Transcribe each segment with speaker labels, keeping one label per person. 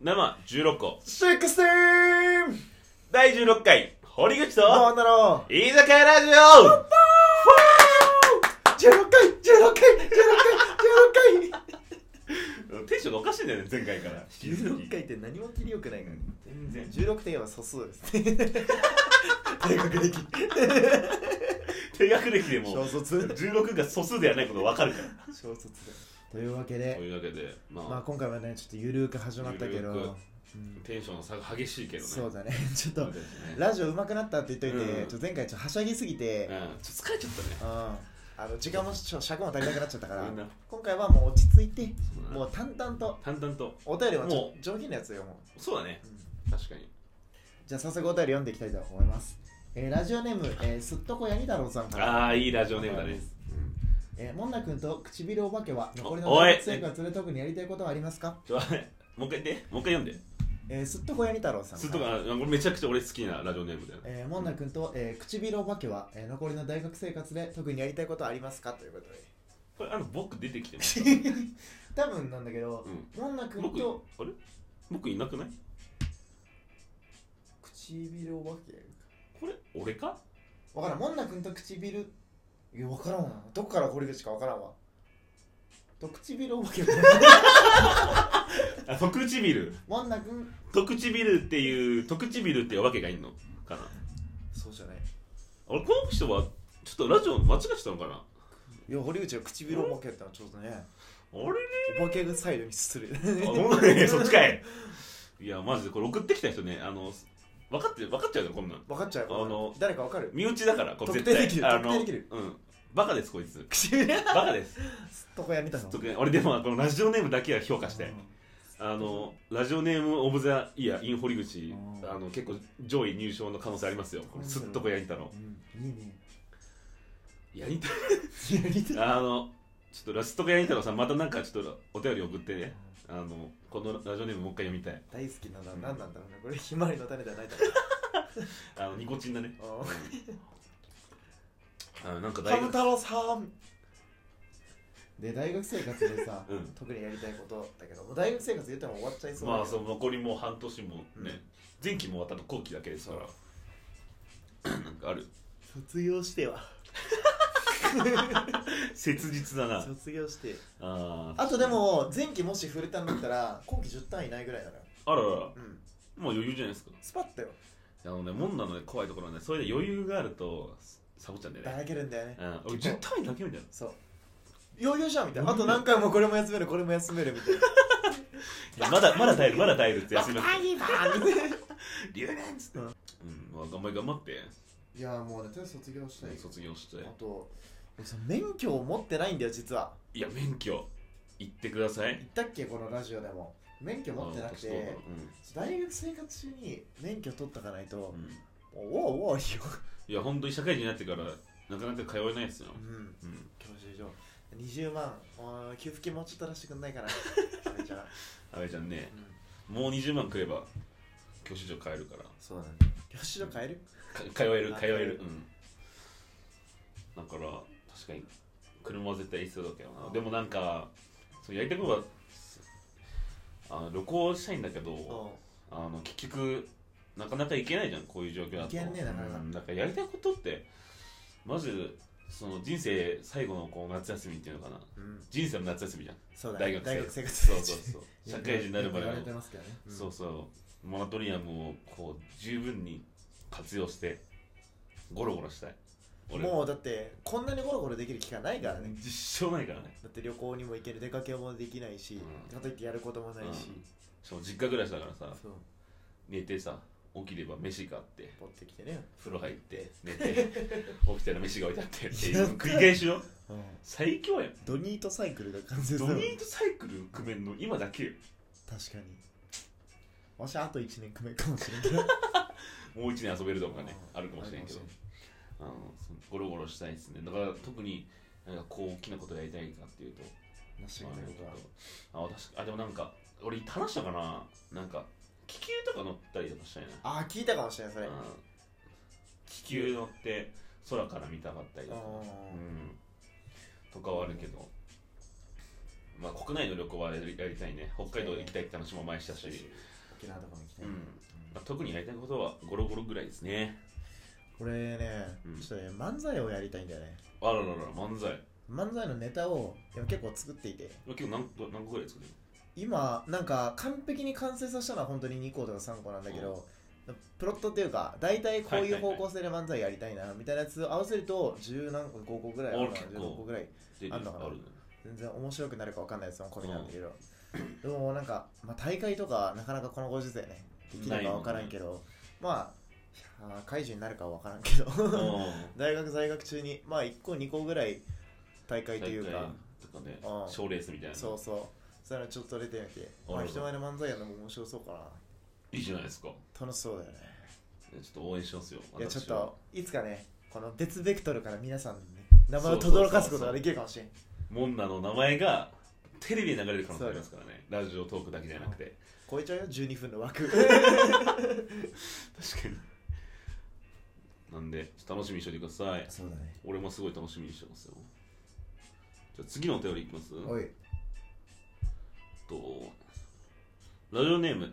Speaker 1: 生16個
Speaker 2: シックスティーン
Speaker 1: 第16回堀口
Speaker 2: ど
Speaker 1: と
Speaker 2: うなの
Speaker 1: 居酒屋ラジ
Speaker 2: 16回16回16回16回
Speaker 1: オテンションがおかしいんだよね前回から引き続き
Speaker 2: 16回って何も切りよくないからね
Speaker 1: 全然
Speaker 2: 16点は素数ですね 大学歴
Speaker 1: 低学歴でも
Speaker 2: 小卒
Speaker 1: 16が素数ではないことが分かるか
Speaker 2: 小卒だというわけ
Speaker 1: らと
Speaker 2: で
Speaker 1: いうわけで
Speaker 2: まあ
Speaker 1: まあ
Speaker 2: 今回はねちょっとゆるーく始まったけ
Speaker 1: ゆるー
Speaker 2: ど
Speaker 1: く
Speaker 2: うん
Speaker 1: テンションの差が激しいけどね
Speaker 2: そうだね ちょっ
Speaker 1: そう
Speaker 2: と
Speaker 1: ですね
Speaker 2: ラジオ上手くなったって言っといて、
Speaker 1: うん
Speaker 2: ちょっと前回ちょっとはしゃぎすぎ
Speaker 1: う
Speaker 2: て、
Speaker 1: んちょっと疲れちゃったね
Speaker 2: うんあの時間もちょ尺も足りなくなっちゃったから
Speaker 1: みんな
Speaker 2: 今回はもう落ち着いても
Speaker 1: もう
Speaker 2: う淡々と
Speaker 1: 淡々と
Speaker 2: お便りはちょ
Speaker 1: も
Speaker 2: 上品なやつよも
Speaker 1: そうだね
Speaker 2: う、うん
Speaker 1: 確かに
Speaker 2: じゃあ早速お便り読んでいきたいと思います、えーラジオネーム、えー、すっとこやにだろうさんから
Speaker 1: ああいいラジオネームだね
Speaker 2: えー、もんなくんと唇お化けは残りの
Speaker 1: お
Speaker 2: 大
Speaker 1: い
Speaker 2: 学生活で特にやりたいことはありますか、
Speaker 1: ちょっと待ってもう一回言ってもう一回読んで
Speaker 2: えー、すっとこやに太郎さん
Speaker 1: すっとかこれめちゃくちゃ俺好きなラジオネームだよね
Speaker 2: えー、もんなくんと、えー、唇お化けは、えー、残りの大学生活で特にやりたいことはありますかということで
Speaker 1: これあの僕出てきてます
Speaker 2: 多分なんだけど、もんなくん
Speaker 1: 僕
Speaker 2: と
Speaker 1: あれ僕いなくない
Speaker 2: 唇お化け
Speaker 1: これ俺か
Speaker 2: わからんもんなくんと唇いやわからんわどっから堀口かわからんわと唇お化け
Speaker 1: あ特唇
Speaker 2: もんなくん
Speaker 1: 特唇っていう特唇っていうわけがいんのかな
Speaker 2: そうじゃない
Speaker 1: 俺この人はちょっとラジオ間違えてたのかない
Speaker 2: や堀口は唇お化けやったのちょっとね
Speaker 1: あ
Speaker 2: お化けがサイドにする
Speaker 1: れあほんと にそっちかいいやマジでこれ送ってきた人ねあの分かって分かっちゃうよこんなん
Speaker 2: 分かっちゃう
Speaker 1: あの
Speaker 2: 誰か分かる
Speaker 1: 身内だからこれ
Speaker 2: 特
Speaker 1: 絶
Speaker 2: 定
Speaker 1: 対
Speaker 2: できる
Speaker 1: あの
Speaker 2: 特定できる
Speaker 1: うんバカですこいつ
Speaker 2: 唇
Speaker 1: バカです
Speaker 2: 床屋見たの
Speaker 1: 特に俺でもこのラジオネームだけは評価してあのラジオネームオブザイヤーイン堀口
Speaker 2: あー
Speaker 1: あの結構上位入賞の可能性ありますよこれすっとこやりたの
Speaker 2: うんいいね
Speaker 1: やりた
Speaker 2: やりたい
Speaker 1: あのちょっとラストカヤニ太郎さんまたなんかちょっとお便り送ってねあのこのラジオネームもう一回読みたい
Speaker 2: 大好きなのは
Speaker 1: うん
Speaker 2: 何なんだろうねこれひまわりの種ではないだろう
Speaker 1: あのニコチンだね
Speaker 2: あ
Speaker 1: あのなんか
Speaker 2: ーハ
Speaker 1: 大
Speaker 2: ム
Speaker 1: 学
Speaker 2: 太郎さんで大学生活でさ
Speaker 1: うん
Speaker 2: 特にやりたいことだけどもう大学生活言っても終わっちゃいそう
Speaker 1: まあ
Speaker 2: だけ
Speaker 1: そ
Speaker 2: ど
Speaker 1: の残りもう半年もね、
Speaker 2: うん
Speaker 1: 前期も終わったの後期だけですからなんかある
Speaker 2: 卒業しては
Speaker 1: 切実だな
Speaker 2: 卒業して
Speaker 1: あー
Speaker 2: あとでも前期もし触れたんだったら後期10単位ないぐらいだから
Speaker 1: あらららも
Speaker 2: う
Speaker 1: う
Speaker 2: ん
Speaker 1: 余裕じゃないですか
Speaker 2: スパッとよ
Speaker 1: あのねもんなのね怖いところはねそれで余裕があるとサボっちゃうんだよね
Speaker 2: だらけるんだよね
Speaker 1: うん、俺10単位だけみたいな
Speaker 2: そう余裕じゃんみたいなあと何回もこれも休めるこれも休めるみたいな
Speaker 1: いやまだまだ耐えるまだ耐えるって休みます
Speaker 2: いみたいな
Speaker 1: 留年っつって、
Speaker 2: う
Speaker 1: うんんまあ、頑張り頑張って
Speaker 2: いやもうねとりあえず卒業したい
Speaker 1: 卒業して
Speaker 2: あと俺さ免許を持ってないんだよ実はい
Speaker 1: や免許行ってください
Speaker 2: 言ったっけこのラジオでも免許持ってなく
Speaker 1: あの年
Speaker 2: て
Speaker 1: 取
Speaker 2: 大学生活中に免許取っとかないと
Speaker 1: る、うんうん
Speaker 2: おおおおよ、
Speaker 1: いや本当に社会人になってからなかなか通えないですよ
Speaker 2: う、ん、
Speaker 1: うん、
Speaker 2: 教習所20万あー給付金もうちょっと出してくんないかなそれじゃあ、
Speaker 1: 阿部ちゃんね
Speaker 2: うん、
Speaker 1: もう20万くれば教習所通えるから
Speaker 2: そうだね教習所変える
Speaker 1: か通える
Speaker 2: あ
Speaker 1: 通える
Speaker 2: 通
Speaker 1: うんだから確かに車は絶対必要だけど
Speaker 2: あ
Speaker 1: なでもなんかそうやりたいことはあの旅行したいんだけど、
Speaker 2: うん
Speaker 1: あの結局なかなか行けないじゃんこういう状況だと
Speaker 2: 行けんねなかなか
Speaker 1: うんだからやりたいことってまずその人生最後のこう夏休みっていうのかな
Speaker 2: うん、
Speaker 1: 人生の夏休みじゃん
Speaker 2: そうだね
Speaker 1: 大学生
Speaker 2: 大学生活
Speaker 1: そうそう そう社会人になるまでの
Speaker 2: よく言われてますけどね、ん
Speaker 1: そうそうモラトリアムをこう十分に活用してゴロゴロしたい俺
Speaker 2: もうだってこんなにゴロゴロできる期間ないからね
Speaker 1: 実証ないからね
Speaker 2: だって旅行にも行ける出かけもできないし、
Speaker 1: うん
Speaker 2: かといってやることもないし、
Speaker 1: うんしかも実家暮らしだからさ
Speaker 2: そう
Speaker 1: 寝てさ起きれば飯があって
Speaker 2: 持ってきてね、
Speaker 1: 風呂入って寝て起きたら飯が置いてあってっていう繰り返しよ最強やん
Speaker 2: ドニートサイクルが完成す
Speaker 1: ド
Speaker 2: る
Speaker 1: ニートサイクル組めんの今だけよ
Speaker 2: 確かにわしあと1年組めるかもしれん けど
Speaker 1: もう一年遊べるとかねあるかもしれんけど
Speaker 2: あるかも
Speaker 1: あのゴロゴロしたいですねだから特になんかこう大きなことやりたいかっていうと
Speaker 2: なしがないことは
Speaker 1: あ私あでもなんか俺話したかななんか気球とか乗ったりとかしたいな
Speaker 2: ああ聞いたかもしれないそれ
Speaker 1: うん気球乗って空から見たかったりとか
Speaker 2: あー
Speaker 1: うんとかはあるけどまあ、国内の旅行はやりやりたいね北海道行きたいって話も前したし、
Speaker 2: 沖縄とかも行きた
Speaker 1: う
Speaker 2: い、
Speaker 1: んまあ、特にやりたいことはゴロゴロぐらいですね
Speaker 2: これね、
Speaker 1: うん
Speaker 2: ちょっとね漫才をやりたいんだよね
Speaker 1: あららら漫才
Speaker 2: 漫才のネタをでも結構作っていて
Speaker 1: 今日何個何個ぐらい作る
Speaker 2: 今なんか完璧に完成させたのは本当に2個とか3個なんだけど、プロットっていうか大体こういう方向性で漫才やりたいなみたいなやつ合わせると10何個5個ぐらいある
Speaker 1: お
Speaker 2: の
Speaker 1: 結構
Speaker 2: 16個ぐらい
Speaker 1: で
Speaker 2: あんのかな
Speaker 1: あるの
Speaker 2: 全然面白くなるか分かんないやつも込みなんだけど、でもなんか、まあ、大会とかなかなかこのご時世ねできるか分からんけど、まあいやー解除になるかは分からんけど 大学在学中にまあ1個2個ぐらい大会というか
Speaker 1: とかね
Speaker 2: うん
Speaker 1: 賞レースみたいな
Speaker 2: そうそうそういうのちょっと出てみて、ま
Speaker 1: な
Speaker 2: あ、
Speaker 1: るほ
Speaker 2: 人
Speaker 1: ど
Speaker 2: 前の漫才やるのも面白そうかない
Speaker 1: いじゃないですか
Speaker 2: 楽しそうだよね
Speaker 1: ちょっと応援しますよ
Speaker 2: いやちょっ
Speaker 1: 私は
Speaker 2: といつかねこの別ベクトルから皆さんのね名前
Speaker 1: そ
Speaker 2: を
Speaker 1: うそうそうそう
Speaker 2: 轟かすことができるかもしれん
Speaker 1: モンナの名前がテレビで流れる可能性ありますからねラジオトークだけじゃなくて
Speaker 2: 超えちゃうよ12分の枠
Speaker 1: 確かになんでちょっと楽しみにしておいてください
Speaker 2: そうだね
Speaker 1: 俺もすごい楽しみにしてますよじゃあ次のお便りいきます
Speaker 2: おい
Speaker 1: とラジオネーム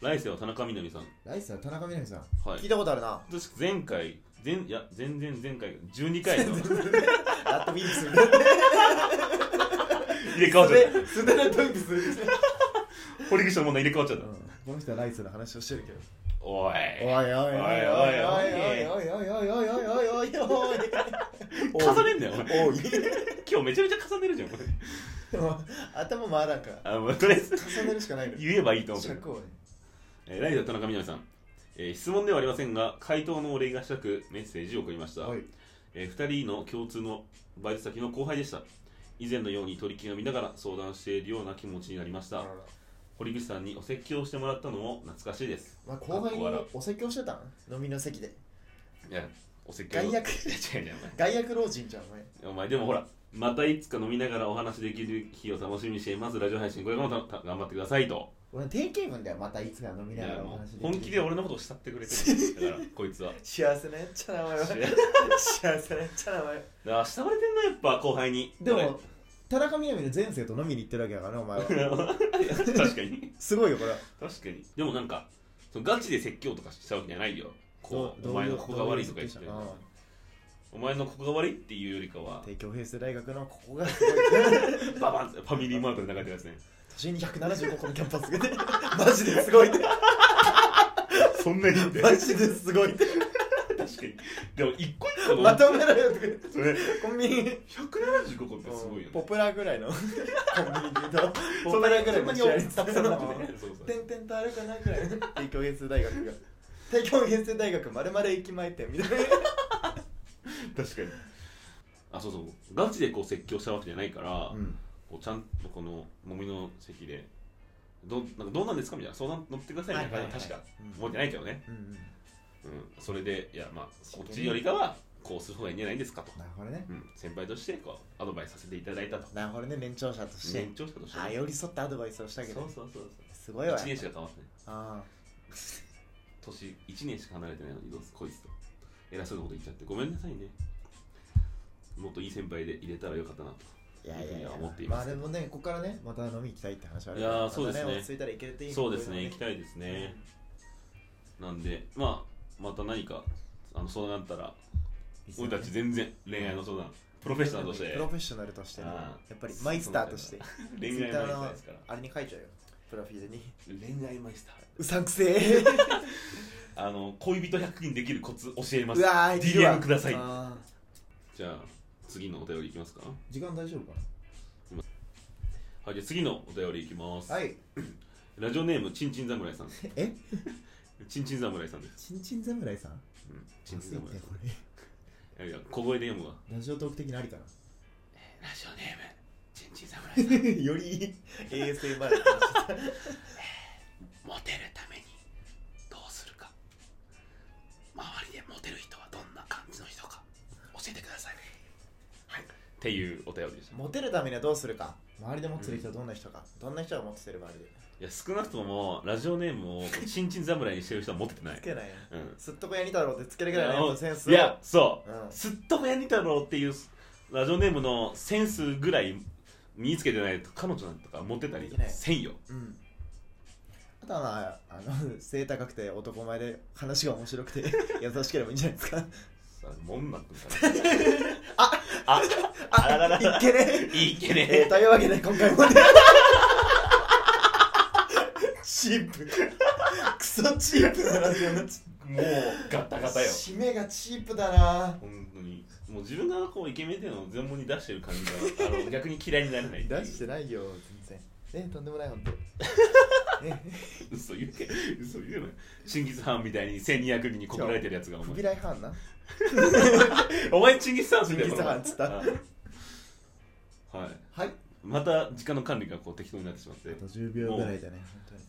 Speaker 1: 来世は田中みな実さん
Speaker 2: ライスの田中みな実さん
Speaker 1: はい
Speaker 2: 聞いたことあるな
Speaker 1: 私前回前いや全然前回12回の
Speaker 2: ラッドウィンプスみたいな
Speaker 1: 入れ替わっちゃっ
Speaker 2: ステラトンプスみたいな
Speaker 1: た堀口の問題入れ替わっちゃった、
Speaker 2: この人はライスの話をしてるけど
Speaker 1: おい
Speaker 2: おいおいおいおいおいおいおいおいおいおいおいおいおいおいおい
Speaker 1: 重ねんなよお前
Speaker 2: おい
Speaker 1: 今日めちゃめちゃ重ねるじゃんこれ
Speaker 2: 頭回らんから
Speaker 1: あ、まあ、とりあえず
Speaker 2: 重ねるしかないの
Speaker 1: 言えばいいと思うけど
Speaker 2: 尺をね
Speaker 1: えーライダー田中みな実さん、えー質問ではありませんが回答のお礼がしたくメッセージを送りました、
Speaker 2: おい
Speaker 1: え2人の共通のバイト先の後輩でした以前のように取り決めながら相談しているような気持ちになりました堀口さんにお説教をしてもらったのも懐かしいです
Speaker 2: まあ、後輩にお説教してたん飲みの席で
Speaker 1: いやお説教
Speaker 2: 外 役
Speaker 1: いや違う違う
Speaker 2: 外役老人じゃんお前
Speaker 1: お前お前でもほらまたいつか飲みながらお話しできる日を楽しみにしていますラジオ配信これからもたた頑張ってくださいと
Speaker 2: 俺定型文だよまたいつか飲み
Speaker 1: い
Speaker 2: なが
Speaker 1: や
Speaker 2: らお
Speaker 1: もう
Speaker 2: 話できる
Speaker 1: 本気で俺のことを慕ってくれてるだからこいつ は
Speaker 2: 幸せなやっちゃなお前は幸せなやっちゃなお前
Speaker 1: だから慕われてんなやっぱ後輩に
Speaker 2: でも田中みな実の前世と飲みに行ってるわけだからねお前 は
Speaker 1: 確かに
Speaker 2: すごいよこれ
Speaker 1: 確かにでもなんかそのガチで説教とかしたわけじゃないよこうお前のここが悪いとか言ってお前のここが悪いっていうよりかは
Speaker 2: 帝京平成大学のここが
Speaker 1: ババンってファミリーマートで流れてるやつね
Speaker 2: 都心に175個のキャンパス がねマジですごいって
Speaker 1: そんなにって
Speaker 2: マ
Speaker 1: 確
Speaker 2: ジですごいって
Speaker 1: かにでも一個一個の
Speaker 2: まとめろよとか言って
Speaker 1: それ
Speaker 2: コンビニ
Speaker 1: 175個ってすごいよ
Speaker 2: ポ
Speaker 1: ね
Speaker 2: プラぐらいのコンビニで言う とポ
Speaker 1: そん
Speaker 2: プ
Speaker 1: な
Speaker 2: ラ
Speaker 1: に
Speaker 2: ぐらい
Speaker 1: そん
Speaker 2: の
Speaker 1: なに
Speaker 2: 試合率
Speaker 1: たくさんなくてねそうそう
Speaker 2: 点々とあるかなぐらい帝京平成大学 が帝京平成大学まるまる駅前店みたいな
Speaker 1: 確かにあそうそうガチでこう説教したわけじゃないから、
Speaker 2: うん
Speaker 1: こうちゃんとこの飲みの席でどなんかどうなんですかみたいな相談乗ってくださいみたいな感じ確か思ってないけどね
Speaker 2: うんうん
Speaker 1: うん、それでいやまあこっちよりかはこうする方がいいんじゃないですかと、
Speaker 2: なるほどね
Speaker 1: うん、先輩としてこうアドバイスさせていただいたと
Speaker 2: なるほどね年長者として
Speaker 1: 年長者として
Speaker 2: あ寄り添ったアドバイスをしたけ
Speaker 1: そう
Speaker 2: ど
Speaker 1: そうそう
Speaker 2: す
Speaker 1: そ
Speaker 2: ご
Speaker 1: う
Speaker 2: いわ
Speaker 1: 1年しか変わってない
Speaker 2: あ
Speaker 1: 年1年しか離れてないのにどうすこいつと偉そうなこと言っちゃってごめんなさいねもっといい先輩で入れたらよかったなと
Speaker 2: あいやいやいや
Speaker 1: 思ってい
Speaker 2: ま
Speaker 1: ま
Speaker 2: あ
Speaker 1: すけ
Speaker 2: で
Speaker 1: ど
Speaker 2: もねここからねまた飲み行きたいって話はある
Speaker 1: いやーそうですね
Speaker 2: また落ち着いたら行けるといい
Speaker 1: そうですね行き
Speaker 2: い
Speaker 1: たいですねなんでまあまた何かあの相談あったら俺たち全然恋愛の相談プロフェッショナルとして
Speaker 2: プロフェッショナルとしてね
Speaker 1: あ
Speaker 2: や
Speaker 1: ー
Speaker 2: っぱりマイスターとして
Speaker 1: 恋愛マイスターですから
Speaker 2: あれに書いちゃうよプロフィールに
Speaker 1: 恋愛マイスター
Speaker 2: うさんくせえ
Speaker 1: あの恋人100人できるコツ教えます
Speaker 2: うわ ーいるわ
Speaker 1: DM ください
Speaker 2: あー
Speaker 1: じゃあ次のお便りいきますかは
Speaker 2: 時間大丈夫か
Speaker 1: いじゃあ次のお便りいきます、
Speaker 2: なはい
Speaker 1: ラジオネームちんちん侍さん
Speaker 2: え
Speaker 1: ちんちん侍さんです
Speaker 2: ちんちん侍さん
Speaker 1: うんちんちん
Speaker 2: まずい
Speaker 1: 侍
Speaker 2: ね
Speaker 1: さ
Speaker 2: これ
Speaker 1: んいやいや小声で読むわ
Speaker 2: ラジオトーク的にありかな
Speaker 1: ラジオネームちんちん侍さん
Speaker 2: より ASMR の話
Speaker 1: モテるためにどうするか周りでモテる人はどんな感じの人か教えてくださいはいっていうお便りでしたい
Speaker 2: モテるためにはどうするか周りで持ってる人はどんな人か、どんな人が持ってる周りで
Speaker 1: や少なくともラジオネームをちんちん侍にしてる人はモテてない
Speaker 2: つけないよ
Speaker 1: うん
Speaker 2: すっとこやに太郎ってつけるぐらいのやっぱセンス
Speaker 1: いやそう
Speaker 2: うん
Speaker 1: すっともやに太郎っていうラジオネームのセンスぐらい身につけてないと彼女なんとか持ってたり
Speaker 2: できない
Speaker 1: せんよ
Speaker 2: うんあとはまああの 背高くて男前で話が面白くて 優しければいいんじゃないですか
Speaker 1: さあもんなくんか
Speaker 2: あ
Speaker 1: ああららら
Speaker 2: いっ
Speaker 1: ら
Speaker 2: けね
Speaker 1: いいけね
Speaker 2: えー、というわけで今回もねチープクソチープなラジオになっち
Speaker 1: もうガタ
Speaker 2: ゃ
Speaker 1: ガ
Speaker 2: った
Speaker 1: タよ
Speaker 2: 締めがチープだな
Speaker 1: 本当にもう自分がこうイケメンっていうのを全問に出してる感じがあ の逆に嫌いにならない
Speaker 2: 出しててないよ全然ねとんでもない本 当ね
Speaker 1: 嘘言うけ嘘言うのチンギス・ハンみたいに1200人に告られてるやつがお
Speaker 2: フビ
Speaker 1: 前
Speaker 2: ライハンな
Speaker 1: お前チンギス・ハンすぎ
Speaker 2: チンギスハンっつった
Speaker 1: はい
Speaker 2: はい
Speaker 1: また時間の管理がこう適当になってしまって
Speaker 2: あと10秒ぐらいだね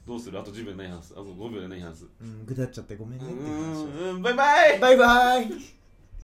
Speaker 1: どうするあと10秒ないはずあと5秒ないはず
Speaker 2: 本当にうんぐだっちゃってごめん
Speaker 1: う
Speaker 2: ねっていう話
Speaker 1: ーんバイバイ
Speaker 2: バイバイ